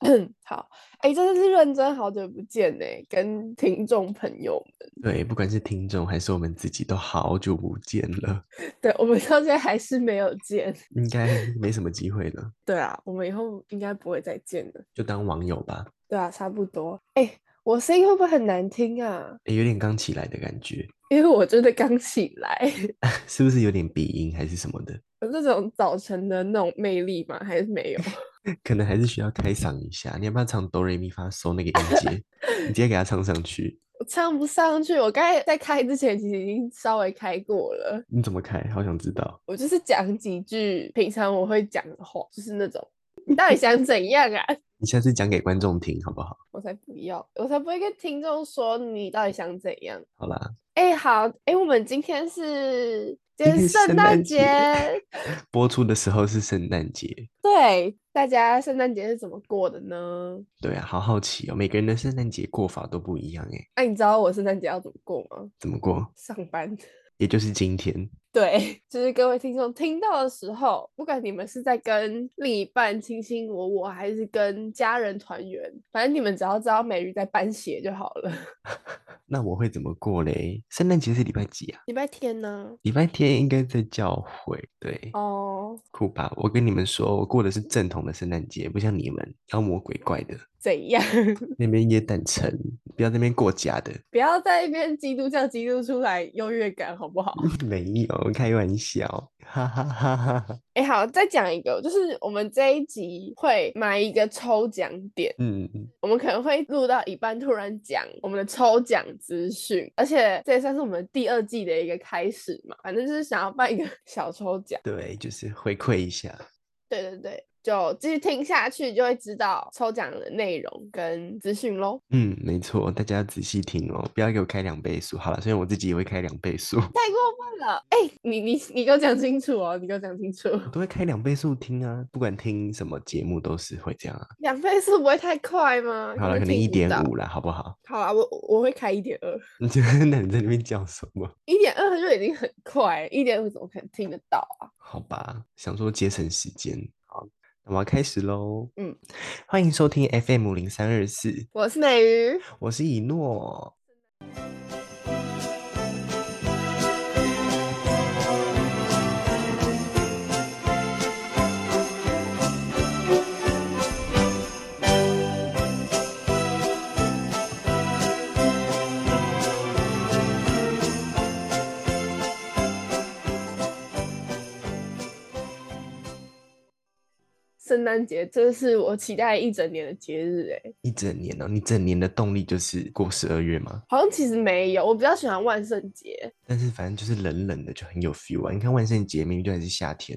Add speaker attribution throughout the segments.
Speaker 1: 好，哎、真的是认真，好久不见呢、跟听众朋友们，
Speaker 2: 对，不管是听众还是我们自己，都好久不见了，
Speaker 1: 对我们到现在还是没有见。
Speaker 2: 应该没什么机会了，
Speaker 1: 对啊，我们以后应该不会再见了。
Speaker 2: 就当网友吧。
Speaker 1: 对啊，差不多。哎、我声音会不会很难听啊？
Speaker 2: 诶有点刚起来的感觉，
Speaker 1: 因为我真的刚起来，
Speaker 2: 是不是有点鼻音还是什么的？
Speaker 1: 有这种早晨的那种魅力吗？还是没有？
Speaker 2: 可能还是需要开嗓一下。你要不要唱哆瑞咪发嗦那个音阶？你直接给它唱上去。
Speaker 1: 我唱不上去。我刚才在开之前其实已经稍微开过了，
Speaker 2: 你怎么开？好想知道。
Speaker 1: 我就是讲几句平常我会讲的话，就是那种你到底想怎样啊？
Speaker 2: 你下次讲给观众听好不好？
Speaker 1: 我才不要，我才不会跟听众说你到底想怎样。
Speaker 2: 好啦，
Speaker 1: 哎、好，哎、我们今天是今
Speaker 2: 今
Speaker 1: 天
Speaker 2: 天
Speaker 1: 是圣
Speaker 2: 圣
Speaker 1: 诞
Speaker 2: 诞
Speaker 1: 节
Speaker 2: 节，播出的时候是圣诞节。
Speaker 1: 对，大家圣诞节是怎么过的呢？
Speaker 2: 对啊，好好奇哦，每个人的圣诞节过法都不一样诶，
Speaker 1: 哎、你知道我圣诞节要怎么过吗？
Speaker 2: 怎么过？
Speaker 1: 上班。
Speaker 2: 也就是今天。
Speaker 1: 对，就是各位听众听到的时候，不管你们是在跟另一半卿卿我我，还是跟家人团圆，反正你们只要知道美瑜在搬鞋就好了。
Speaker 2: 那我会怎么过嘞？圣诞节是礼拜几啊？
Speaker 1: 礼拜天呢？
Speaker 2: 礼拜天应该在教会，对，
Speaker 1: 哦，
Speaker 2: 酷吧？我跟你们说，我过的是正统的圣诞节，不像你们妖魔鬼怪的，
Speaker 1: 怎样？
Speaker 2: 那边也等城，不要那边过假的。
Speaker 1: 不要在那边基督教基督出来优越感好 不好？
Speaker 2: 没有，开玩笑，哈哈哈哈哈。
Speaker 1: 哎、好，再讲一个，就是我们这一集会买一个抽奖点，
Speaker 2: 嗯，
Speaker 1: 我们可能会录到一半突然讲我们的抽奖资讯，而且这也算是我们第二季的一个开始嘛，反正就是想要办一个 小抽奖。
Speaker 2: 对，就是回馈一下。
Speaker 1: 对对对，就继续听下去就会知道抽奖的内容跟资讯喽。
Speaker 2: 嗯，没错，大家仔细听哦，不要给我开两倍速。好了，虽然我自己也会开两倍速，
Speaker 1: 太过分了，哎、你你你给我讲清楚哦，你给我讲清楚，
Speaker 2: 我都会开两倍速听啊，不管听什么节目都是会这样啊。
Speaker 1: 两倍速不会太快吗？
Speaker 2: 好了，可能
Speaker 1: 听
Speaker 2: 一
Speaker 1: 不
Speaker 2: 点
Speaker 1: 到
Speaker 2: 五啦，好不好？
Speaker 1: 好啊，我我会开一点二，
Speaker 2: 你觉得那你在那边叫什么？
Speaker 1: 一点二就已经很快，一点五怎么可能听得到啊？
Speaker 2: 好吧，想说节省时间。好，那我要开始喽。
Speaker 1: 嗯，
Speaker 2: 欢迎收听 FM 零三二四，
Speaker 1: 我是美鱼，
Speaker 2: 我是以诺。
Speaker 1: 圣诞节这是我期待一整年的节日、欸，哎，
Speaker 2: 一整年哦，你整年的动力就是过十二月吗？
Speaker 1: 好像其实没有，我比较喜欢万圣节，
Speaker 2: 但是反正就是冷冷的，就很有 feel 啊。你看万圣节明明就还是夏天，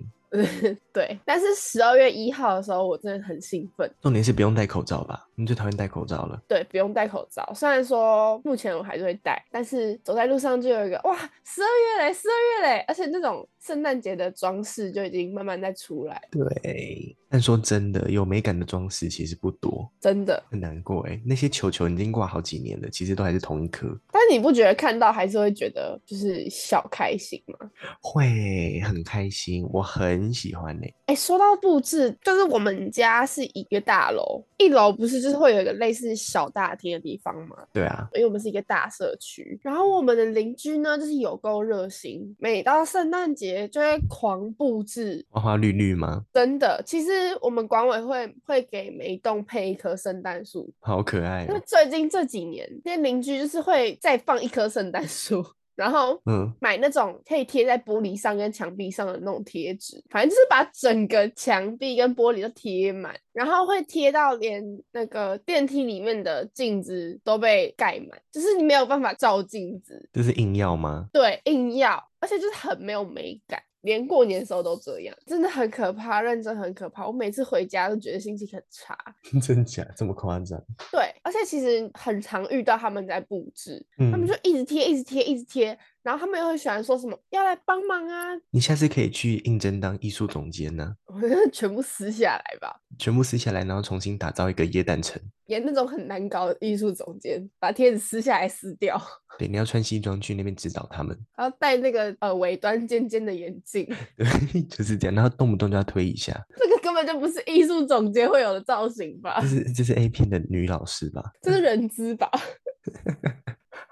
Speaker 1: 对，但是十二月一号的时候我真的很兴奋，
Speaker 2: 重点是不用戴口罩吧？你最讨厌戴口罩了。
Speaker 1: 对，不用戴口罩，虽然说目前我还是会戴，但是走在路上就有一个哇，十二月嘞，十二月嘞，而且那种圣诞节的装饰就已经慢慢在出来，
Speaker 2: 对，但说真的，有美感的装饰其实不多，
Speaker 1: 真的，
Speaker 2: 很难过哎。那些球球已经挂好几年了，其实都还是同一颗，
Speaker 1: 但你不觉得看到还是会觉得就是小开心吗？
Speaker 2: 会很开心，我很喜欢哎。
Speaker 1: 哎、说到布置，就是我们家是一个大楼，一楼不是就是会有一个类似小大厅的地方吗？
Speaker 2: 对啊，
Speaker 1: 因为我们是一个大社区，然后我们的邻居呢，就是有够热心，每到圣诞节就会狂布置，
Speaker 2: 花花绿绿吗？
Speaker 1: 真的。其实我们管委会会给每一栋配一棵圣诞树，
Speaker 2: 好可爱
Speaker 1: 因为
Speaker 2: 哦。
Speaker 1: 最近这几年，那些邻居就是会再放一棵圣诞树，然后
Speaker 2: 嗯，
Speaker 1: 买那种可以贴在玻璃上跟墙壁上的那种贴纸，反正就是把整个墙壁跟玻璃都贴满，然后会贴到连那个电梯里面的镜子都被盖满，就是你没有办法照镜子，
Speaker 2: 这是硬要吗？
Speaker 1: 对，硬要，而且就是很没有美感。连过年的时候都这样，真的很可怕，认真很可怕。我每次回家都觉得心情很差。
Speaker 2: 真假这么夸张？
Speaker 1: 对，而且其实很常遇到他们在布置，
Speaker 2: 嗯
Speaker 1: 他们就一直贴，一直贴，一直贴，然后他们又很喜欢说什么要来帮忙啊，
Speaker 2: 你下次可以去应征当艺术总监呢、
Speaker 1: 我觉得全部撕下来吧，
Speaker 2: 全部撕下来，然后重新打造一个椰蛋城。
Speaker 1: 演那种很难搞的艺术总监，把贴纸撕下来撕掉，
Speaker 2: 对，你要穿西装去那边指导他们。
Speaker 1: 然后戴那个呃尾端尖尖的眼镜，
Speaker 2: 对，就是这样。然后动不动就要推一下，
Speaker 1: 这个根本就不是艺术总监会有的造型吧
Speaker 2: 这？是这是 A 片的女老师吧？
Speaker 1: 这是人资吧？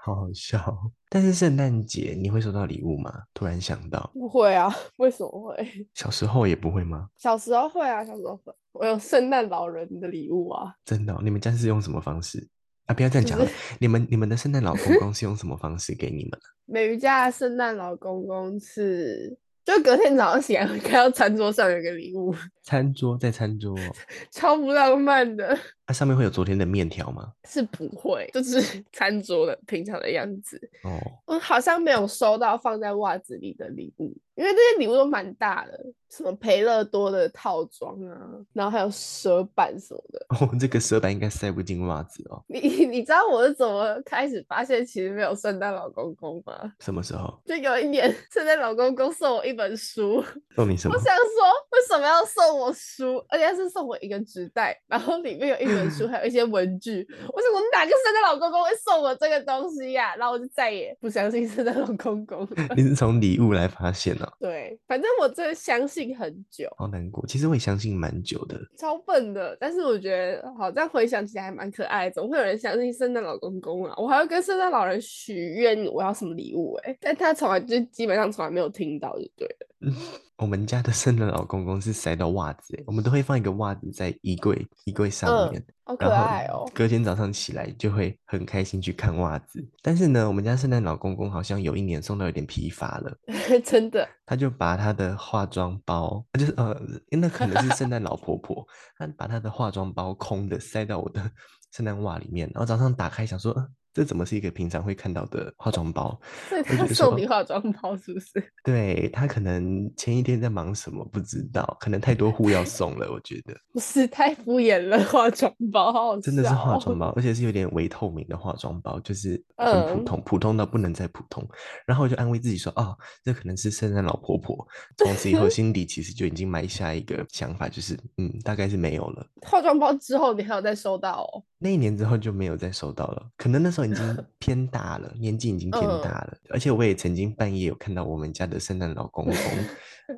Speaker 2: 好好笑哦。但是圣诞节你会收到礼物吗？突然想到，
Speaker 1: 不会啊，为什么会？
Speaker 2: 小时候也不会吗？
Speaker 1: 小时候会啊，小时候会。我有圣诞老人的礼物啊，
Speaker 2: 真的哦、你们家是用什么方式啊？不要这样
Speaker 1: 就
Speaker 2: 讲
Speaker 1: 是
Speaker 2: 了，你们你们的圣诞老公公是用什么方式给你们？
Speaker 1: 美瑜家的圣诞老公公是，就隔天早上起来会看到餐桌上有个礼物，
Speaker 2: 餐桌在餐桌哦，
Speaker 1: 超不浪漫的。
Speaker 2: 它、上面会有昨天的面条吗？
Speaker 1: 是不会，就是餐桌的平常的样子。
Speaker 2: 哦，
Speaker 1: 我好像没有收到放在袜子里的礼物，因为这些礼物都蛮大的，什么培乐多的套装啊，然后还有蛇板什么的。
Speaker 2: 哦，这个蛇板应该塞不进袜子哦。
Speaker 1: 你 你知道我是怎么开始发现其实没有圣诞老公公吗？
Speaker 2: 什么时候
Speaker 1: 就有一年， 圣诞老公公送我一本书，
Speaker 2: 送你什么
Speaker 1: 我？想说为什么要送我书，而且他是送我一个纸袋，然后里面有一本 书，还有一些文具。我想我哪个圣诞老公公会送我这个东西呀、然后我就再也不相信圣诞老公公了。
Speaker 2: 你是从礼物来发现哦，
Speaker 1: 对，反正我真的相信很久，
Speaker 2: 好难过。其实我也相信蛮久的，
Speaker 1: 超笨的。但是我觉得好像回想起来还蛮可爱的，总会有人相信圣诞老公公啊。我还要跟圣诞老人许愿我要什么礼物哎、但他从来就基本上从来没有听到，就对了。
Speaker 2: 我们家的圣诞老公公是塞到袜子欸，我们都会放一个袜子在衣柜衣柜上
Speaker 1: 嗯
Speaker 2: 面，
Speaker 1: 好可
Speaker 2: 然
Speaker 1: 爱哦
Speaker 2: 后、隔天早上起来就会很开心去看袜子。但是呢，我们家圣诞老公公好像有一年送到有点疲乏了，
Speaker 1: 哦 真的。
Speaker 2: 他就把他的化妆包，就是呃，那可能是圣诞老婆婆，她把她的化妆包空的塞到我的 圣诞袜里面，然后早上打开想说，呃这怎么是一个平常会看到的化妆包？
Speaker 1: 所以
Speaker 2: 我
Speaker 1: 他
Speaker 2: 觉得
Speaker 1: 送
Speaker 2: 说
Speaker 1: 你化妆包是不是？
Speaker 2: 对，她可能前一天在忙什么不知道，可能太多户要送了，我觉得
Speaker 1: 不是太敷衍了，化妆包好哦
Speaker 2: 真的是化
Speaker 1: 笑
Speaker 2: 妆包，而且是有点微透明的化妆包，就是很普
Speaker 1: 嗯
Speaker 2: 通，普通到不能再普通。然后我就安慰自己说，哦，这可能是圣诞老婆婆。从此 以后，心底其实就已经埋下一个想法，就是嗯，大概是没有了。
Speaker 1: 化妆包之后你还有再收到哦，
Speaker 2: 那一年之后就没有再收到了，可能那时候已经偏大了，年纪已经偏
Speaker 1: 嗯
Speaker 2: 大了，而且我也曾经半夜有看到我们家的圣诞老 公公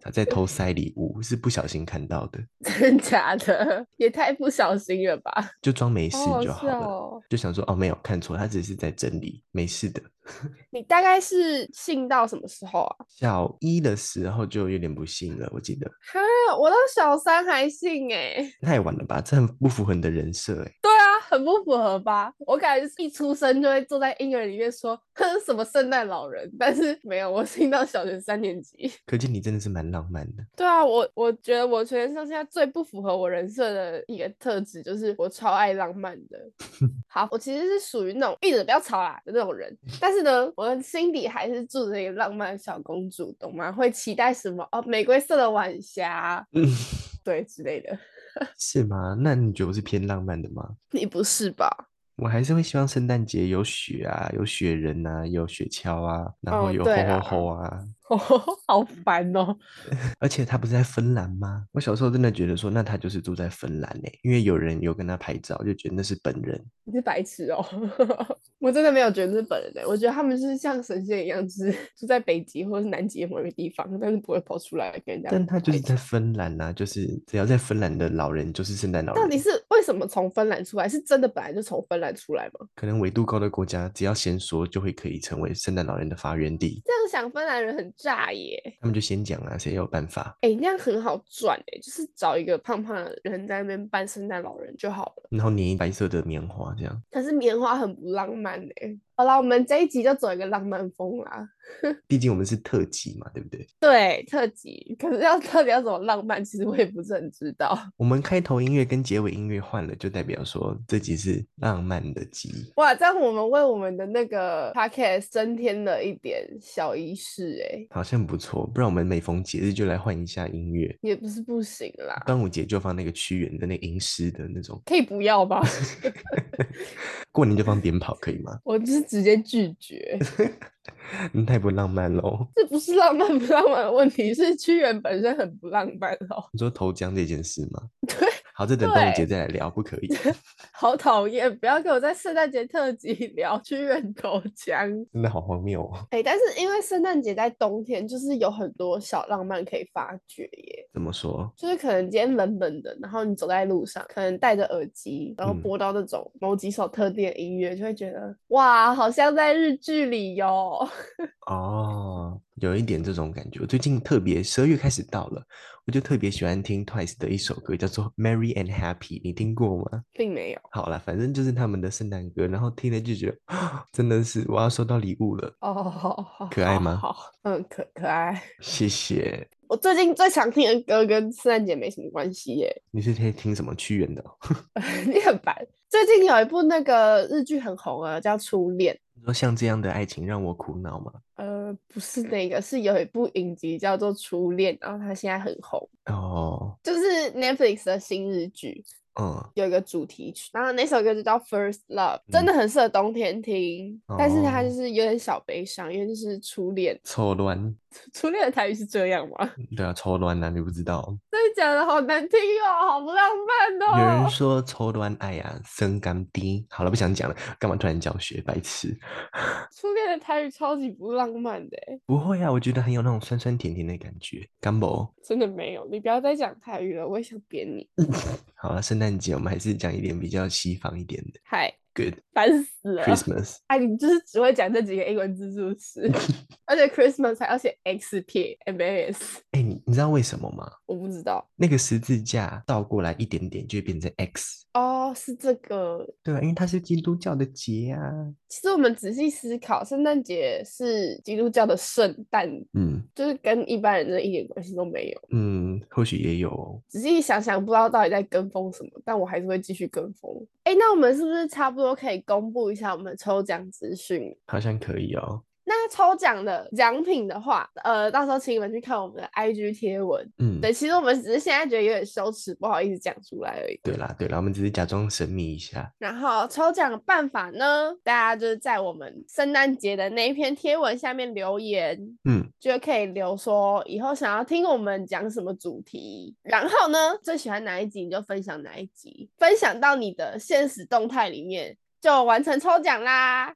Speaker 2: 他在偷塞礼物，是不小心看到的，
Speaker 1: 真假的？也太不小心了吧！
Speaker 2: 就装没事
Speaker 1: 好好
Speaker 2: 就好了，
Speaker 1: 笑哦。
Speaker 2: 就想说哦没有看错，他只是在整理，没事的。
Speaker 1: 你大概是信到什么时候啊？
Speaker 2: 小一的时候就有点不幸了，我记得
Speaker 1: 哈，我到小三还信哎、
Speaker 2: 太晚了吧，这很不符合你的人设哎。
Speaker 1: 对啊，很不符合吧？我感觉一出生就会坐在婴儿里面说哼什么圣诞老人，但是没有，我信到小学三年级。
Speaker 2: 可见你真的是蛮浪漫的，
Speaker 1: 对啊，我我觉得我全身上下最不符合我人设的一个特质，就是我超爱浪漫的。好，我其实是属于那种一直不要吵啦的那种人，但是呢，我的心底还是住着一个浪漫的小公主，懂吗？会期待什么哦，玫瑰色的晚霞，
Speaker 2: 嗯，
Speaker 1: 对之类的。
Speaker 2: 是吗？那你觉得我是偏浪漫的吗？
Speaker 1: 你不是吧？
Speaker 2: 我还是会希望圣诞节有雪啊，有雪人啊，有雪橇啊，然后
Speaker 1: 哦
Speaker 2: 有吼
Speaker 1: 对
Speaker 2: 吼
Speaker 1: 啦
Speaker 2: 吼啊。
Speaker 1: 哦好烦哦！
Speaker 2: 而且他不是在芬兰吗？我小时候真的觉得说，那他就是住在芬兰呢、因为有人有跟他拍照，就觉得那是本人。
Speaker 1: 你是白痴哦！ 我真的没有觉得是本人的，欸我觉得他们就是像神仙一样，就是住在北极或者是南极的某一个地方，但是不会跑出来跟人家。
Speaker 2: 但他就是在芬兰啊，就是只要在芬兰的老人就是圣诞老
Speaker 1: 到
Speaker 2: 人。
Speaker 1: 底是为什么从芬兰出来？是真的本来就从芬兰出来吗？
Speaker 2: 可能纬度高的国家，只要先说就会可以成为圣诞老人的发源地。
Speaker 1: 这样想，芬兰人很炸耶！
Speaker 2: 他们就先讲啊，谁有办法？
Speaker 1: 哎、那样很好赚哎，就是找一个胖胖的人在那边扮圣诞老人就好了。
Speaker 2: 然后粘白色的棉花这样。
Speaker 1: 可是棉花很不浪漫哎。好啦，我们这一集就走一个浪漫风啦。
Speaker 2: 毕竟我们是特辑嘛，对不对？
Speaker 1: 对，特辑，可是要特别要怎么浪漫，其实我也不是很知道。
Speaker 2: 我们开头音乐跟结尾音乐换了，就代表说这集是浪漫的集。
Speaker 1: 哇，这样我们为我们的那个 podcast 增添了一点小仪式哎，
Speaker 2: 好像不错，不然我们每逢节日就来换一下音乐。
Speaker 1: 也不是不行啦。
Speaker 2: 端午节就放那个屈原的那个吟诗的那种，
Speaker 1: 可以不要吧？
Speaker 2: 过年就放鞭炮，可以吗？
Speaker 1: 我就是直接拒绝。
Speaker 2: 你太不浪漫喽！
Speaker 1: 这不是浪漫不浪漫的问题，是屈原本身很不浪漫哦。
Speaker 2: 你说投江这件事吗？好，这等端午
Speaker 1: 对
Speaker 2: 节再来聊，不可以。
Speaker 1: 好讨厌！不要给我在圣诞节特辑聊去认口腔。
Speaker 2: 真的好荒谬哦！
Speaker 1: 哎、但是因为圣诞节在冬天，就是有很多小浪漫可以发掘耶。
Speaker 2: 怎么说？
Speaker 1: 就是可能今天冷冷的，然后你走在路上，可能戴着耳机，然后
Speaker 2: 嗯
Speaker 1: 播到那种某几首特定的音乐，就会觉得哇，好像在日剧里哟、
Speaker 2: 哦，有一点这种感觉。我最近特别十二月开始到了，我就特别喜欢听 Twice 的一首歌，叫做《Merry and Happy》，你听过吗？
Speaker 1: 并没有。
Speaker 2: 好啦，反正就是他们的圣诞歌，然后听了就觉得， 真的是我要收到礼物了，
Speaker 1: 哦，好
Speaker 2: 可爱
Speaker 1: 好
Speaker 2: 吗
Speaker 1: 好，嗯，可可爱。
Speaker 2: 谢谢。
Speaker 1: 我最近最常听的歌跟圣诞节没什么关系耶，
Speaker 2: 你是在听什么屈原的哦？
Speaker 1: 你很烦。最近有一部那个日剧很红啊，叫《初恋》。
Speaker 2: 你说像这样的爱情让我苦恼吗？
Speaker 1: 呃，不是那个，是有一部影集叫做《初恋》，然后它现在很红，
Speaker 2: 哦，
Speaker 1: 就是 Netflix 的新日剧，
Speaker 2: 嗯，
Speaker 1: 有一个主题曲，然后那首歌就叫《First Love》，真的很适合冬天听，但是它就
Speaker 2: 哦
Speaker 1: 是有点小悲伤，因为就是初恋，
Speaker 2: 错乱，
Speaker 1: 初恋的台语是这样吗？
Speaker 2: 对啊，错乱啊，你不知道。
Speaker 1: 真的讲的好难听哦，好不浪
Speaker 2: 有
Speaker 1: 漫
Speaker 2: 人
Speaker 1: 哦。
Speaker 2: 说抽端爱呀、生甘低。好了，不想讲了，干嘛突然教学，白痴？
Speaker 1: 初恋的台语超级不浪漫的欸，
Speaker 2: 不会啊，我觉得很有那种酸酸甜甜的感觉。干某，
Speaker 1: 真的没有，你不要再讲台语了，我也想扁你。
Speaker 2: 好啊了，圣诞节我们还是讲一点比较西方一点的。
Speaker 1: 嗨，
Speaker 2: Good
Speaker 1: 烦死了。
Speaker 2: Christmas，
Speaker 1: 哎，你就是只会讲这几个英文字是不是？而且 Christmas 还要写 X P M A S，
Speaker 2: 哎、你你知道为什么吗？
Speaker 1: 我不知道。
Speaker 2: 那个十字架倒过来一点点就会变成 X，
Speaker 1: 哦，是这个。
Speaker 2: 对吧、啊因为它是基督教的节啊。
Speaker 1: 其实我们仔细思考，圣诞节是基督教的圣诞，
Speaker 2: 嗯
Speaker 1: 就是跟一般人真的一点关系都没有。
Speaker 2: 嗯，或许也有哦。
Speaker 1: 仔细想想，不知道到底在跟风什么，但我还是会继续跟风。哎，那我们是不是差不多可以公布一下我们抽奖资讯？
Speaker 2: 好像可以哦。
Speaker 1: 那抽奖的奖品的话，呃，到时候请你们去看我们的 IG 贴文。
Speaker 2: 嗯，
Speaker 1: 对，其实我们只是现在觉得有点羞耻，不好意思讲出来而已。
Speaker 2: 对啦对啦，我们只是假装神秘一下。
Speaker 1: 然后抽奖的办法呢，大家就是在我们圣诞节的那一篇贴文下面留言，
Speaker 2: 嗯，
Speaker 1: 就可以留说以后想要听我们讲什么主题，然后呢最喜欢哪一集你就分享哪一集，分享到你的现实动态里面就完成抽奖啦。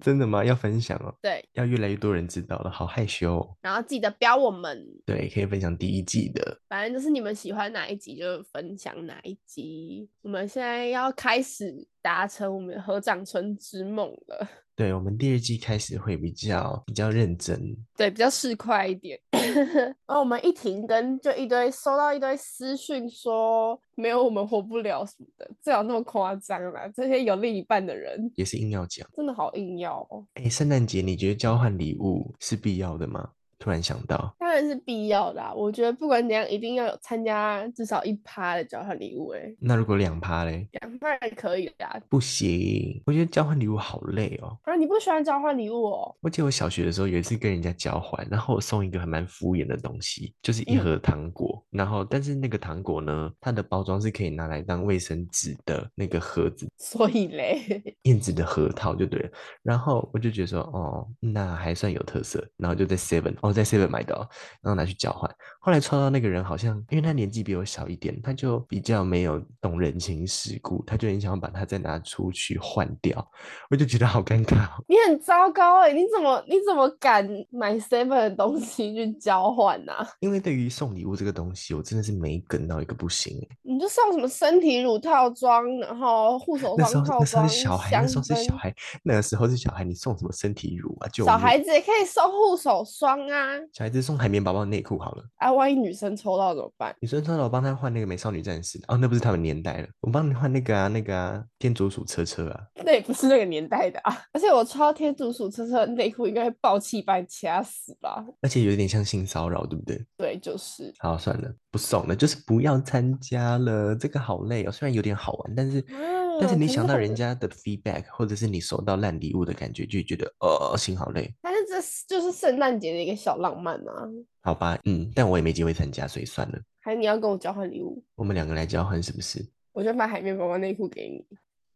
Speaker 2: 真的吗？要分享哦。
Speaker 1: 对，
Speaker 2: 要越来越多人知道了，好害羞、哦。
Speaker 1: 然后记得标我们，
Speaker 2: 对，可以分享第一季的。
Speaker 1: 反正就是你们喜欢哪一集就分享哪一集。我们现在要开始达成我们合掌村之梦了。
Speaker 2: 对我们第二季开始会比较比较认真，
Speaker 1: 对，比较市侩一点。然后我们一停更，就一堆收到一堆私讯说没有我们活不了什么的，最好那么夸张啦。这些有另一半的人
Speaker 2: 也是硬要讲。
Speaker 1: 真的好硬要哦，
Speaker 2: 哎，圣诞节你觉得交换礼物是必要的吗？突然想到，
Speaker 1: 当然是必要的啊。我觉得不管怎样，一定要有参加至少一趴的交换礼物、欸，哎，
Speaker 2: 那如果两趴嘞，
Speaker 1: 两趴也可以的啊。
Speaker 2: 不行，我觉得交换礼物好累哦。
Speaker 1: 啊，你不喜欢交换礼物哦？
Speaker 2: 我记得我小学的时候有一次跟人家交换，然后我送一个还蛮敷衍的东西，就是一
Speaker 1: 嗯
Speaker 2: 盒糖果，然后但是那个糖果呢，它的包装是可以拿来当卫生纸的那个盒子
Speaker 1: 所以嘞，
Speaker 2: 燕子的核桃就对了。然后我就觉得说，哦，那还算有特色。然后就在 Seven，哦，在 Seven 买到，然后拿去交换。后来抽到那个人好像，因为他年纪比我小一点，他就比较没有懂人情世故，他就很想要把它再拿出去换掉。我就觉得好尴尬哦。
Speaker 1: 你很糟糕哎、你怎么你怎么敢买 seven 的东西去交换啊呢、
Speaker 2: 因为对于送礼物这个东西，我真的是没梗到一个不行欸。
Speaker 1: 你就送什么身体乳套装，然后护手
Speaker 2: 那
Speaker 1: 霜
Speaker 2: 时候
Speaker 1: 套
Speaker 2: 那时候
Speaker 1: 装，
Speaker 2: 是小孩，那
Speaker 1: 香
Speaker 2: 时候是小
Speaker 1: 氛。
Speaker 2: 孩，那个时候是小孩，你送什么身体乳啊？就
Speaker 1: 小孩子也可以送护手霜啊！
Speaker 2: 小孩子送海绵宝宝内裤好了。
Speaker 1: 啊，万一女生抽到怎么办？
Speaker 2: 你说让我帮他换那个美少女战士哦，那不是他们年代了，我帮你换那个啊，那个啊，天竺鼠车车啊，
Speaker 1: 那也不是那个年代的啊！ 而且我抽到天竺鼠车车的内裤，应该会爆气把你掐死吧？
Speaker 2: 而且有点像性骚扰，对不对？
Speaker 1: 对，就是
Speaker 2: 好，算了，不送了，就是不要参加了，这个好累哦。虽然有点好玩，但是、但
Speaker 1: 啊
Speaker 2: 是你
Speaker 1: 可是
Speaker 2: 想到
Speaker 1: 很
Speaker 2: 人
Speaker 1: 累
Speaker 2: 家的 feedback，或者是你收到烂礼物的感觉，就会觉得呃心好累，
Speaker 1: 但是这是就是圣诞节的一个小浪漫啊！
Speaker 2: 好吧，嗯，但我也没机会参加，所以算了，
Speaker 1: 还是你要跟我交换礼物，
Speaker 2: 我们两个来交换是不是？
Speaker 1: 我就买海绵宝宝内裤给你。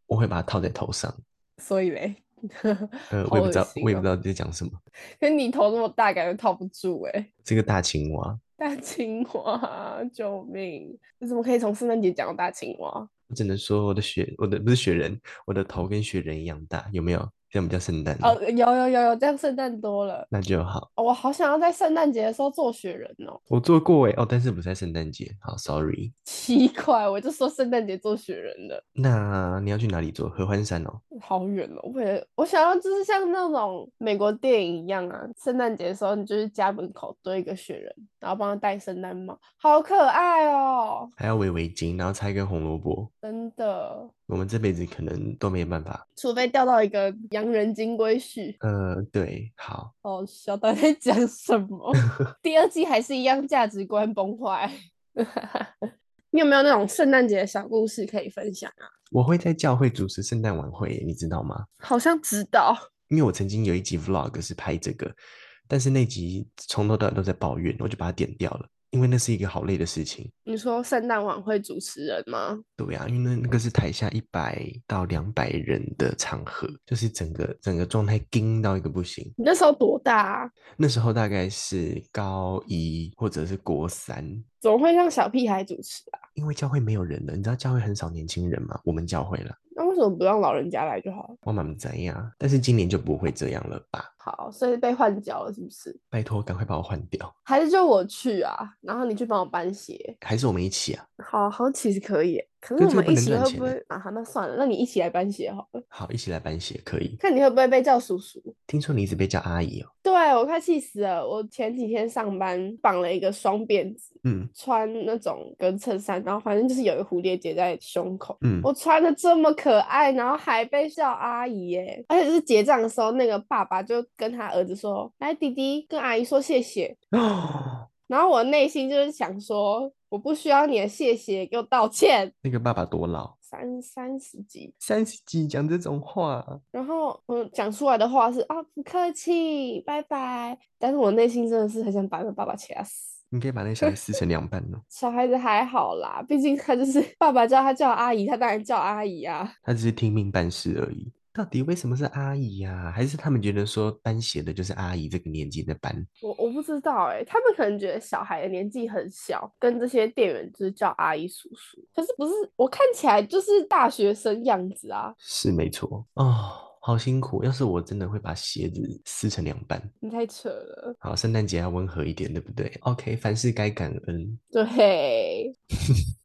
Speaker 2: 我会把它套在头上，
Speaker 1: 所以嘞，
Speaker 2: 呃，
Speaker 1: 好
Speaker 2: 我也不
Speaker 1: 恶
Speaker 2: 知道，
Speaker 1: 心
Speaker 2: 我也不
Speaker 1: 哦
Speaker 2: 知道在讲什么，
Speaker 1: 可是你头那么大，感觉套不住哎、
Speaker 2: 这个大青蛙，
Speaker 1: 大青蛙，救命！你怎么可以从圣诞节讲到大青蛙？
Speaker 2: 我只能说我的雪，我的不是雪人，我的头跟雪人一样大，有没有？这样比较圣诞。
Speaker 1: 哦，有有有有，这样圣诞多了。
Speaker 2: 那就好。
Speaker 1: 哦我好想要在圣诞节的时候做雪人哦，
Speaker 2: 我做过哎，哦，但是不是在圣诞节。好，sorry。
Speaker 1: 奇怪，我就说圣诞节做雪人的，
Speaker 2: 那你要去哪里做？合欢山哦。
Speaker 1: 好远哦。我也我想要就是像那种美国电影一样啊，圣诞节的时候你就去家门口堆一个雪人，然后帮他戴圣诞帽，好可爱哦，
Speaker 2: 还要围围巾，然后插一根红萝卜。
Speaker 1: 真的。
Speaker 2: 我们这辈子可能都没办法。
Speaker 1: 除非钓到一个洋人金龟婿，
Speaker 2: 呃，对，好，
Speaker 1: 好笑，到底在讲什 么？第二季还是一样价值观崩坏。 你有没有那种圣诞节的小故事可以分享啊？
Speaker 2: 我会在教会主持圣诞晚会，你知道吗？
Speaker 1: 好像知道，
Speaker 2: 因为我曾经有一集 vlog 是拍这个，但是那集从头到尾都在抱怨，我就把它点掉了，因为那是一个好累的事情。
Speaker 1: 你说圣诞晚会主持人吗？
Speaker 2: 对啊，因为那那个是台下一百到两百人的场合，就是整个整个状态盯到一个不行。
Speaker 1: 你那时候多大、啊？
Speaker 2: 那时候大概是高一或者是国三，
Speaker 1: 怎么会让小屁孩主持啊？
Speaker 2: 因为教会没有人了，你知道教会很少年轻人嘛，我们教会了，
Speaker 1: 那为什么不让老人家来就好了？
Speaker 2: 我们怎样？啊但是今年就不会这样了吧？
Speaker 1: 好，所以被换角了是不是？
Speaker 2: 拜托，赶快把我换掉，
Speaker 1: 还是就我去啊？然后你去帮我搬鞋？
Speaker 2: 还是我们一起啊？
Speaker 1: 好，好像其实可以耶，可是
Speaker 2: 可
Speaker 1: 我
Speaker 2: 是这
Speaker 1: 们
Speaker 2: 个
Speaker 1: 一
Speaker 2: 不能
Speaker 1: 起
Speaker 2: 赚
Speaker 1: 会
Speaker 2: 钱欸
Speaker 1: 不会啊？好，那算了，那你一起来搬鞋好了，
Speaker 2: 好，一起来搬鞋可以。
Speaker 1: 看你会不会被叫叔叔。
Speaker 2: 听说你一直被叫阿姨哦，
Speaker 1: 对我快气死了！我前几天上班绑了一个双辫子，
Speaker 2: 嗯
Speaker 1: 穿那种跟衬衫，然后反正就是有一个蝴蝶结在胸口。
Speaker 2: 嗯，
Speaker 1: 我穿的这么可爱，然后还被叫阿姨耶！而且就是结账的时候，那个爸爸就跟他儿子说：“来，弟弟跟阿姨说谢谢。
Speaker 2: 哦，”
Speaker 1: 然后我内心就是想说：“我不需要你的谢谢，给我道歉。
Speaker 2: 那个爸爸多老？”
Speaker 1: 三三十几，
Speaker 2: 三十几讲这种话，啊
Speaker 1: 然后我讲出来的话是啊，不客气，拜拜。但是我内心真的是很想把那爸爸掐死。
Speaker 2: 你可以把那小孩撕成两半哦。
Speaker 1: 小孩子还好啦，毕竟他就是 爸爸叫他叫阿姨，他当然叫阿姨啊。
Speaker 2: 他只是听命办事而已。到底为什么是阿姨呀、还是他们觉得说搬鞋的就是阿姨这个年纪在搬？
Speaker 1: 我我不知道哎、他们可能觉得小孩的年纪很小，跟这些店员就是叫阿姨叔叔，可是不是我看起来就是大学生样子啊？
Speaker 2: 是没错哦，好辛苦。要是我真的会把鞋子撕成两半。
Speaker 1: 你太扯了，
Speaker 2: 好，圣诞节要温和一点，对不对？OK，凡事该感恩。
Speaker 1: 对，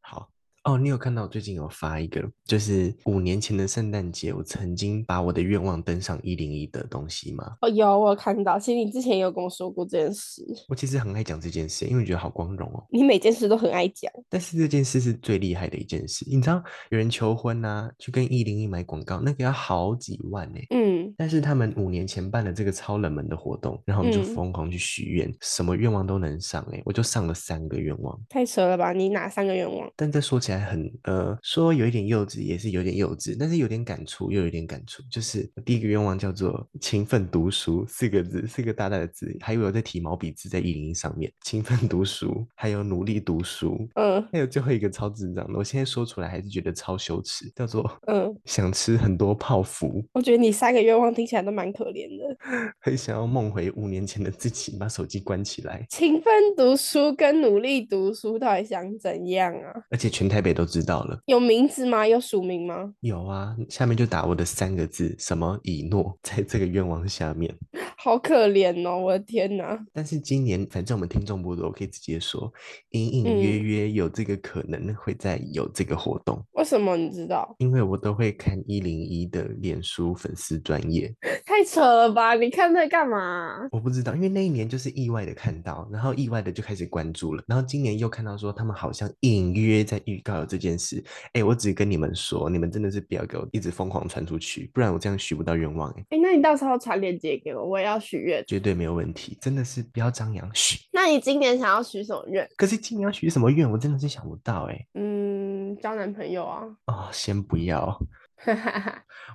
Speaker 2: 好哦，你有看到我最近有发一个，就是五年前的圣诞节，我曾经把我的愿望登上一零一的东西吗？
Speaker 1: 哦有我有看到，其实你之前也有跟我说过这件事，
Speaker 2: 我其实很爱讲这件事，因为我觉得好光荣哦。
Speaker 1: 你每件事都很爱讲，
Speaker 2: 但是这件事是最厉害的一件事，你知道有人求婚呐、去跟一零一买广告，那个要好几万呢、
Speaker 1: 嗯，
Speaker 2: 但是他们五年前办了这个超冷门的活动，然后我们就
Speaker 1: 嗯
Speaker 2: 疯狂去许愿，什么愿望都能上哎、我就上了三个愿望。
Speaker 1: 太扯了吧？你哪三个愿望？
Speaker 2: 但这说起来很呃，说有一点幼稚，也是有点幼稚，但是有点感触，又有点感触。就是第一个愿望叫做勤奋读书，四个字，四个大大的字，还有我在提毛笔字在一零一上面，勤奋读书，还有努力读书，
Speaker 1: 嗯
Speaker 2: 还有最后一个超智障的，我现在说出来还是觉得超羞耻，叫做
Speaker 1: 嗯，
Speaker 2: 想吃很多泡芙，
Speaker 1: 我觉得你三个愿望听起来都蛮可怜的。
Speaker 2: 很想要梦回五年前的自己，把手机关起来，
Speaker 1: 勤奋读书跟努力读书到底想怎样啊？
Speaker 2: 而且全台北都知道了。
Speaker 1: 有名字吗？有署名吗？
Speaker 2: 有啊，下面就打我的三个字，什么以诺，在这个愿望下面。
Speaker 1: 好可怜哦！我的天哪，
Speaker 2: 但是今年反正我们听众不多，我可以直接说，隐隐约
Speaker 1: 嗯
Speaker 2: 约有这个可能会再有这个活动，
Speaker 1: 为什么你知道？
Speaker 2: 因为我都会看一零一的脸书粉丝专业，
Speaker 1: 太扯了吧！你看那干嘛？啊
Speaker 2: 我不知道，因为那一年就是意外的看到，然后意外的就开始关注了，然后今年又看到说他们好像隐约在预告有这件事，哎，我只跟你们说，你们真的是不要给我一直疯狂传出去，不然我这样许不到愿望，哎，
Speaker 1: 哎、那你到时候传链接给我，我也要许愿。
Speaker 2: 绝对没有问题，真的是不要张扬，嘘。
Speaker 1: 那你今年想要许什么愿？
Speaker 2: 可是今年要许什么愿，我真的是想不到，哎，
Speaker 1: 嗯，交男朋友啊。
Speaker 2: 哦，先不要。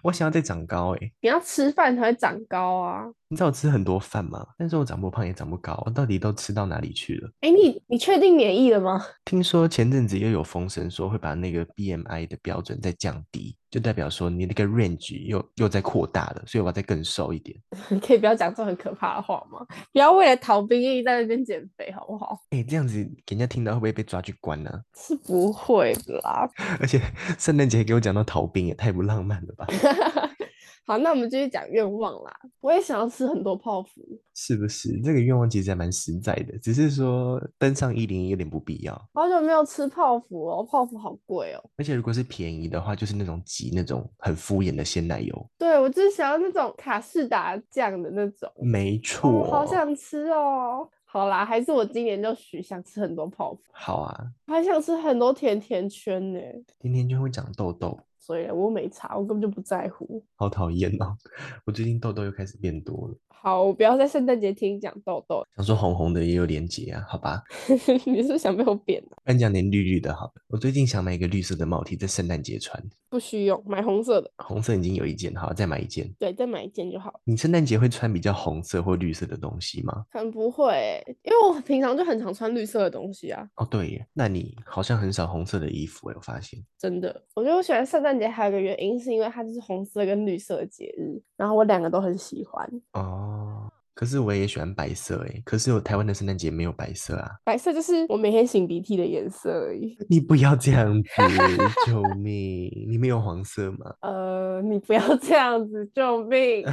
Speaker 2: 我想要再长高哎、
Speaker 1: 你要吃饭才会长高啊！
Speaker 2: 你知道我吃很多饭吗？但是我长不胖也长不高，我到底都吃到哪里去了？
Speaker 1: 哎、你你确定免疫了吗？
Speaker 2: 听说前阵子又有风声说会把那个 BMI 的标准再降低，就代表说你那个 range 又又在扩大了，所以我要再更瘦一点。
Speaker 1: 你可以不要讲这种很可怕的话吗？不要为了逃兵役在那边减肥好不好？
Speaker 2: 哎，这样子给人家听到会不会被抓去关呢、
Speaker 1: 是不会的啦。
Speaker 2: 而且 圣诞节给我讲到逃兵，也太不浪漫了 吧？
Speaker 1: 好，那我们继续讲愿望啦。我也想要吃很多泡芙，
Speaker 2: 是不是？这个愿望其实还蛮实在的，只是说登上一零一有点不必要。
Speaker 1: 好久没有吃泡芙哦，泡芙好贵哦。
Speaker 2: 而且如果是便宜的话，就是那种挤那种很敷衍的鲜奶油。
Speaker 1: 对，我就是想要那种卡士达酱的那种，
Speaker 2: 没
Speaker 1: 哦
Speaker 2: 错，
Speaker 1: 好想吃哦。好啦，还是我今年就许想吃很多泡芙，
Speaker 2: 好啊。
Speaker 1: 我还想吃很多甜甜圈呢。
Speaker 2: 甜甜圈会长痘痘，
Speaker 1: 所以我没查，我根本就不在乎。
Speaker 2: 好讨厌哦！ 我最近痘痘又开始变多了，
Speaker 1: 好，我不要在圣诞节听你讲痘痘，
Speaker 2: 想说红红的也有连结啊，好吧，
Speaker 1: 你是不是想被我扁啊？
Speaker 2: 不然讲点绿绿的好了。我最近想买一个绿色的帽 T，在圣诞节穿，
Speaker 1: 不许用，买红色的，
Speaker 2: 红色已经有一件，好再买一件。
Speaker 1: 对，再买一件就好了。
Speaker 2: 你圣诞节会穿比较红色或绿色的东西吗？
Speaker 1: 很不会欸、因为我平常就很常穿绿色的东西啊，
Speaker 2: 哦，对耶，那你好像很少红色的衣服欸诶，我发现。
Speaker 1: 真的。我觉得我喜欢圣诞节还有一个原因，是因为它就是红色跟绿色的节日，然后我两个都很喜欢。
Speaker 2: 哦，可是我也喜欢白色诶，可是我台湾的圣诞节没有白色啊！
Speaker 1: 白色就是我每天擤鼻涕的颜色而已。
Speaker 2: 你不要这样子，救命！你们有黄色吗？
Speaker 1: 呃，你不要 这样子，救命！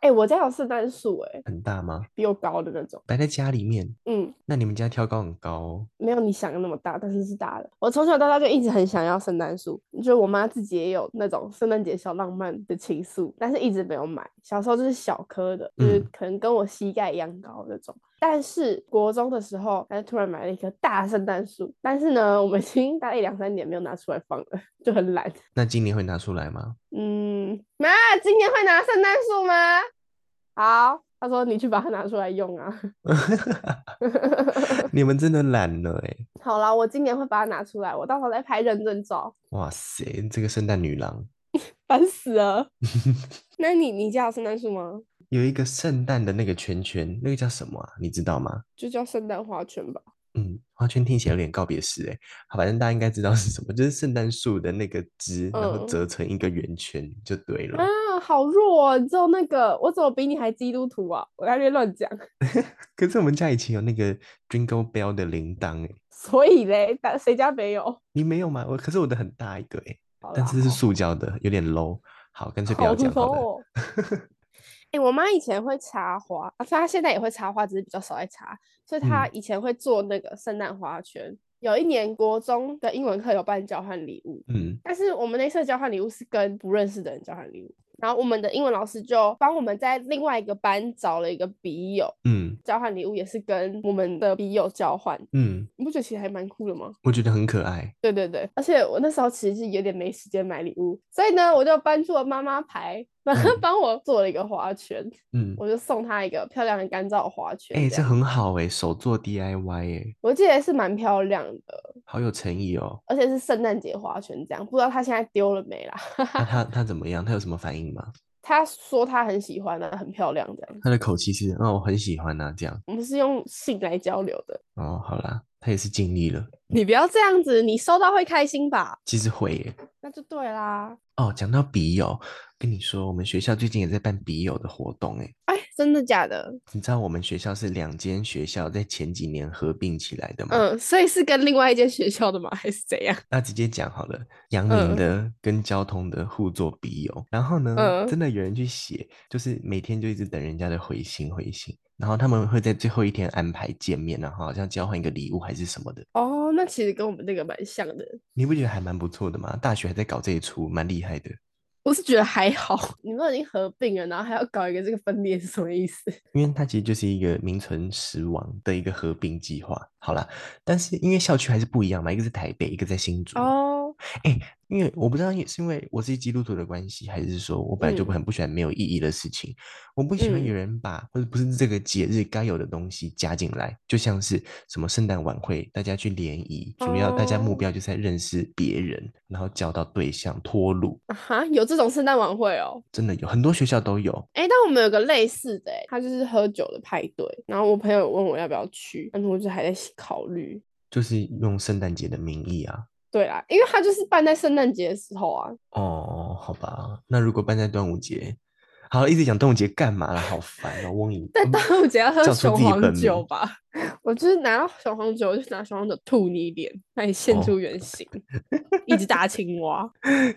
Speaker 1: 哎、我家有圣诞树，哎，
Speaker 2: 很大吗？
Speaker 1: 比我高的那种。
Speaker 2: 摆在家里面？
Speaker 1: 嗯，
Speaker 2: 那你们家挑高很高哦。
Speaker 1: 没有你想的那么大，但是是大的。我从小到大就一直很想要圣诞树，就我妈自己也有那种圣诞节小浪漫的情愫，但是一直没有买。小时候就是小颗的，就是
Speaker 2: 嗯
Speaker 1: 可能跟我膝盖一样高那种。但是国中的时候，她突然买了一棵大圣诞树，但是呢，我们已经大概两三年没有拿出来放了，就很懒。
Speaker 2: 那今年会拿出来吗？
Speaker 1: 嗯，妈，今年会拿圣诞树吗？好，她说你去把它拿出来用啊。
Speaker 2: 你们真的懒了欸诶。
Speaker 1: 好啦，我今年会把它拿出来，我到时候再拍认证照。
Speaker 2: 哇塞，这个圣诞女郎
Speaker 1: 烦死 了。那你你家有圣诞树吗？
Speaker 2: 有一个圣诞的那个圈圈，那个叫什么啊？你知道吗？
Speaker 1: 就叫圣诞花圈吧。
Speaker 2: 嗯，花圈听起来有点告别式诶，好反正大家应该知道是什么， 就是圣诞树的那个枝，然后
Speaker 1: 嗯
Speaker 2: 折成一个圆圈就对了。
Speaker 1: 啊，好弱哦！你知道那个，我怎么比你还基督徒啊？我在那边乱讲。
Speaker 2: 可是我们家以前有那个 Jingle Bell 的铃铛诶，
Speaker 1: 所以嘞，但谁家没有？
Speaker 2: 你没有吗？我可是我的很大一个诶，
Speaker 1: 好
Speaker 2: 但
Speaker 1: 啦
Speaker 2: 是是
Speaker 1: 好
Speaker 2: 塑胶的，有点 low。好，干脆不要
Speaker 1: 好
Speaker 2: 讲好了。
Speaker 1: 弱。哎、我妈以前会插花，啊，她现在也会插花，只是比较少在插。所以她
Speaker 2: 嗯
Speaker 1: 以前会做那个圣诞花圈。有一年国中的英文课有办交换礼物，
Speaker 2: 嗯，
Speaker 1: 但是我们那次的交换礼物是跟不认识的人交换礼物，然后我们的英文老师就帮我们在另外一个班找了一个笔友，
Speaker 2: 嗯
Speaker 1: 交换礼物也是跟我们的笔友交换，
Speaker 2: 嗯，
Speaker 1: 你不觉得其实还蛮酷的吗？
Speaker 2: 我觉得很可爱。
Speaker 1: 对对对，而且我那时候其实是有点没时间买礼物，所以呢，我就搬出了妈妈牌，然后
Speaker 2: 嗯
Speaker 1: 帮我做了一个花圈，
Speaker 2: 嗯，
Speaker 1: 我就送她一个漂亮的干燥花圈，
Speaker 2: 哎、
Speaker 1: 这
Speaker 2: 这
Speaker 1: 样
Speaker 2: 很好哎、手做 DIY 哎、
Speaker 1: 我记得是蛮漂亮的，
Speaker 2: 好有诚意哦。
Speaker 1: 而且是圣诞节花圈这样，不知道她现在丢了没啦？
Speaker 2: 那他他怎么样？他有什么反应吗？
Speaker 1: 她说她很喜欢啊，很漂亮这样。
Speaker 2: 他的口气是，嗯，我很喜欢啊，这样。
Speaker 1: 我们是用信来交流的。
Speaker 2: 哦，好啦，他也是尽力了，
Speaker 1: 你不要这样子，你收到会开心吧？
Speaker 2: 其实会耶。
Speaker 1: 那就对啦。
Speaker 2: 哦，讲到笔友，跟你说，我们学校最近也在办笔友的活动哎。
Speaker 1: 哎，真的假的？
Speaker 2: 你知道我们学校是两间学校在前几年合并起来的吗？
Speaker 1: 嗯，所以是跟另外一间学校的吗？还是怎样？
Speaker 2: 那直接讲好了，阳
Speaker 1: 嗯
Speaker 2: 明的跟交通的互作笔友，然后呢，
Speaker 1: 嗯
Speaker 2: 真的有人去写，就是每天就一直等人家的回信回信，然后他们会在最后一天安排见面，然后好像交换一个礼物还是什么的，
Speaker 1: 哦，那其实跟我们那个蛮像的。
Speaker 2: 你不觉得还蛮不错的吗？大学还在搞这一出，蛮厉害的。
Speaker 1: 我是觉得还好， 你们都已经合并了，然后还要搞一个这个分裂是什么意思？
Speaker 2: 因为它其实就是一个名存实亡的一个合并计划。好啦，但是因为校区还是不一样嘛，一个在台北，一个在新竹。
Speaker 1: 哦，
Speaker 2: 因为我不知道，是因为我是基督徒的关系，还是说我本来就
Speaker 1: 嗯
Speaker 2: 很不喜欢没有意义的事情。我不喜欢有
Speaker 1: 嗯
Speaker 2: 人把或者不是这个节日该有的东西加进来，就像是什么圣诞晚会，大家去联谊，主要大家目
Speaker 1: 哦
Speaker 2: 标就是在认识别人，然后交到对象，脱乳。
Speaker 1: 啊哈，有这种圣诞晚会哦。
Speaker 2: 真的有很多学校都有，
Speaker 1: 哎，但我们有个类似的，哎，它就是喝酒的派对。然后我朋友问我要不要去，但是我就还在考虑。
Speaker 2: 就是用圣诞节的名义啊，
Speaker 1: 对啦，因为它就是办在圣诞节的时候啊，
Speaker 2: 哦，好吧，那如果办在端午节，好，一直讲端午节干嘛啦？好烦哦，翁影。
Speaker 1: 但端午节要喝
Speaker 2: 叫出
Speaker 1: 雄
Speaker 2: 自己本
Speaker 1: 黄
Speaker 2: 名
Speaker 1: 酒吧？我就是拿到雄黄酒，我就拿雄黄酒吐你脸，把你现
Speaker 2: 哦
Speaker 1: 出原形，一只大青蛙。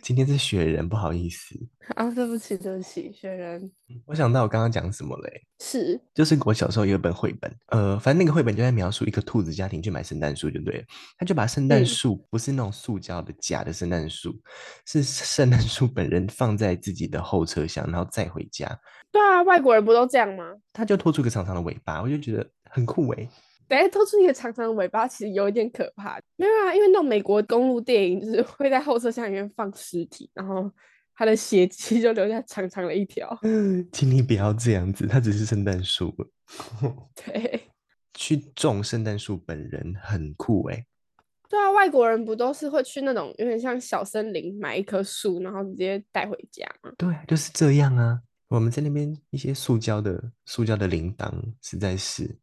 Speaker 2: 今天是雪人，不好意思，
Speaker 1: 啊，对不起，对不起，雪人
Speaker 2: 我想到我刚刚讲什么嘞，
Speaker 1: 是
Speaker 2: 就是我小时候有一本绘本，呃，反正那个绘本就在描述一个兔子家庭去买圣诞树，就对了，他就把圣诞
Speaker 1: 嗯
Speaker 2: 树不是那种塑胶的假的圣诞树，是圣诞树本人放在自己的后车厢，然后再回家，
Speaker 1: 对啊，外国人不都这样吗？
Speaker 2: 他就拖出个长长的尾巴，我就觉得很酷欸诶、
Speaker 1: 等下拖出一个长长的尾巴，其实有一点可怕。没有啊，因为那种美国公路电影就是会在后车厢里面放尸体，然后它的血迹就留下长长的一条。
Speaker 2: 请你不要这样子，它只是圣诞树，
Speaker 1: 对，
Speaker 2: 去种圣诞树本人很酷欸诶、
Speaker 1: 对啊，外国人不都是会去那种有点像小森林买一棵树，然后直接带回家吗？
Speaker 2: 对啊，就是这样啊。我们在那边一些塑胶的塑胶的铃铛，实在是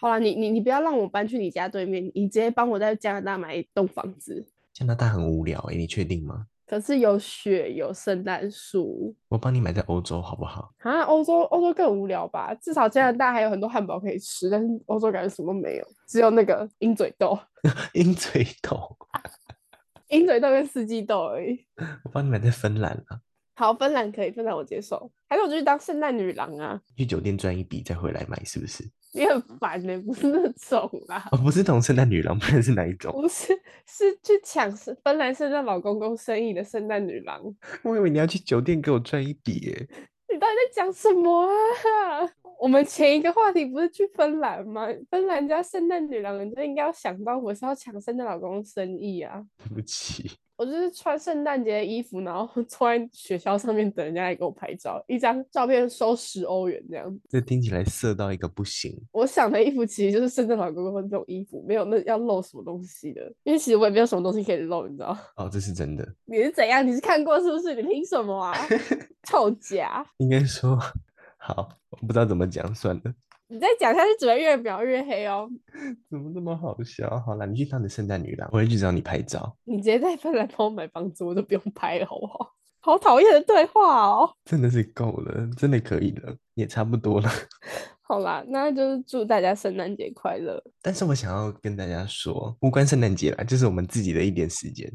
Speaker 1: 好啦，你你你不要让我搬去你家对面，你直接帮我在加拿大买一栋房子。
Speaker 2: 加拿大很无聊欸诶、你确定吗？
Speaker 1: 可是有雪，有圣诞树
Speaker 2: 我帮你买在欧洲好不好？
Speaker 1: 啊！欧洲欧洲更无聊吧？至少加拿大还有很多汉堡可以吃，但是欧洲感觉什么都没有，只有那个鹰嘴豆、
Speaker 2: 鹰嘴豆，
Speaker 1: 鹰嘴豆跟四季豆而已。
Speaker 2: 我帮你买在芬兰啊，
Speaker 1: 好，芬兰可以，芬兰我接受。还是我就去当圣诞女郎啊？
Speaker 2: 去酒店赚一笔再回来买，是不是？
Speaker 1: 你很烦呢、不是那种啦。
Speaker 2: 哦，不是同圣诞女郎，不然是哪一种？
Speaker 1: 不是，是去抢圣芬兰圣诞老公公生意的圣诞女郎。
Speaker 2: 我以为你要去酒店给我赚一笔欸诶、
Speaker 1: 你到底在讲什么啊？ 我们前一个话题不是去芬兰吗？芬兰家圣诞女郎，人家应该要想到我是要抢圣诞老公公生意啊！
Speaker 2: 对不起，
Speaker 1: 我就是穿圣诞节的衣服，然后 坐在雪橇上面等人家来给我拍照，一张照片收十欧元这样。
Speaker 2: 这听起来色到一个不行。
Speaker 1: 我想的衣服其实就是圣诞老公公这种衣服，没有那要露什么东西的，因为其实我也没有什么东西可以露，你知道。
Speaker 2: 哦，这是真的。
Speaker 1: 你是怎样？你是看过是不是？你凭什么啊？臭假！
Speaker 2: 应该说，好，我不知道怎么讲，算了。
Speaker 1: 你再讲下去只会越描越黑哦。
Speaker 2: 怎么这么好笑？好啦，你去当你圣诞女郎，我会去找你拍照。
Speaker 1: 你直接在芬兰帮我买房子，我都不用拍了，好不好？ 好讨厌的对话哦。
Speaker 2: 真的是够了，真的可以了，也差不多了。
Speaker 1: 好啦，那就是祝大家圣诞节快乐。
Speaker 2: 但是我想要跟大家说，无关圣诞节啦，就是我们自己的一点时间。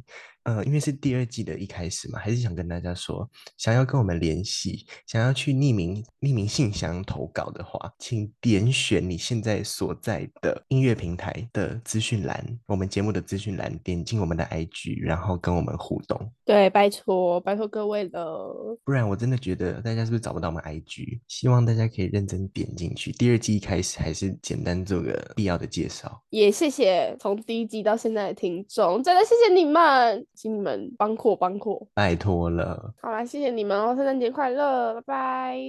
Speaker 2: 呃，因为是第二季的一开始嘛，还是想跟大家说，想要跟我们联系，想要去匿名匿名信箱投稿的话，请点选你现在所在的音乐平台的资讯栏，我们节目的资讯栏，点进我们的 IG，然后跟我们互动。
Speaker 1: 对，拜托，拜托各位了。
Speaker 2: 不然我真的觉得大家是不是找不到我们 IG？希望大家可以认真点进去。第二季一开始还是简单做个必要的介绍。
Speaker 1: 也谢谢从第一季到现在的听众，真的谢谢你们，请你们帮扩帮扩。
Speaker 2: 拜托了，
Speaker 1: 好啦，谢谢你们哦，圣诞节快乐，拜拜。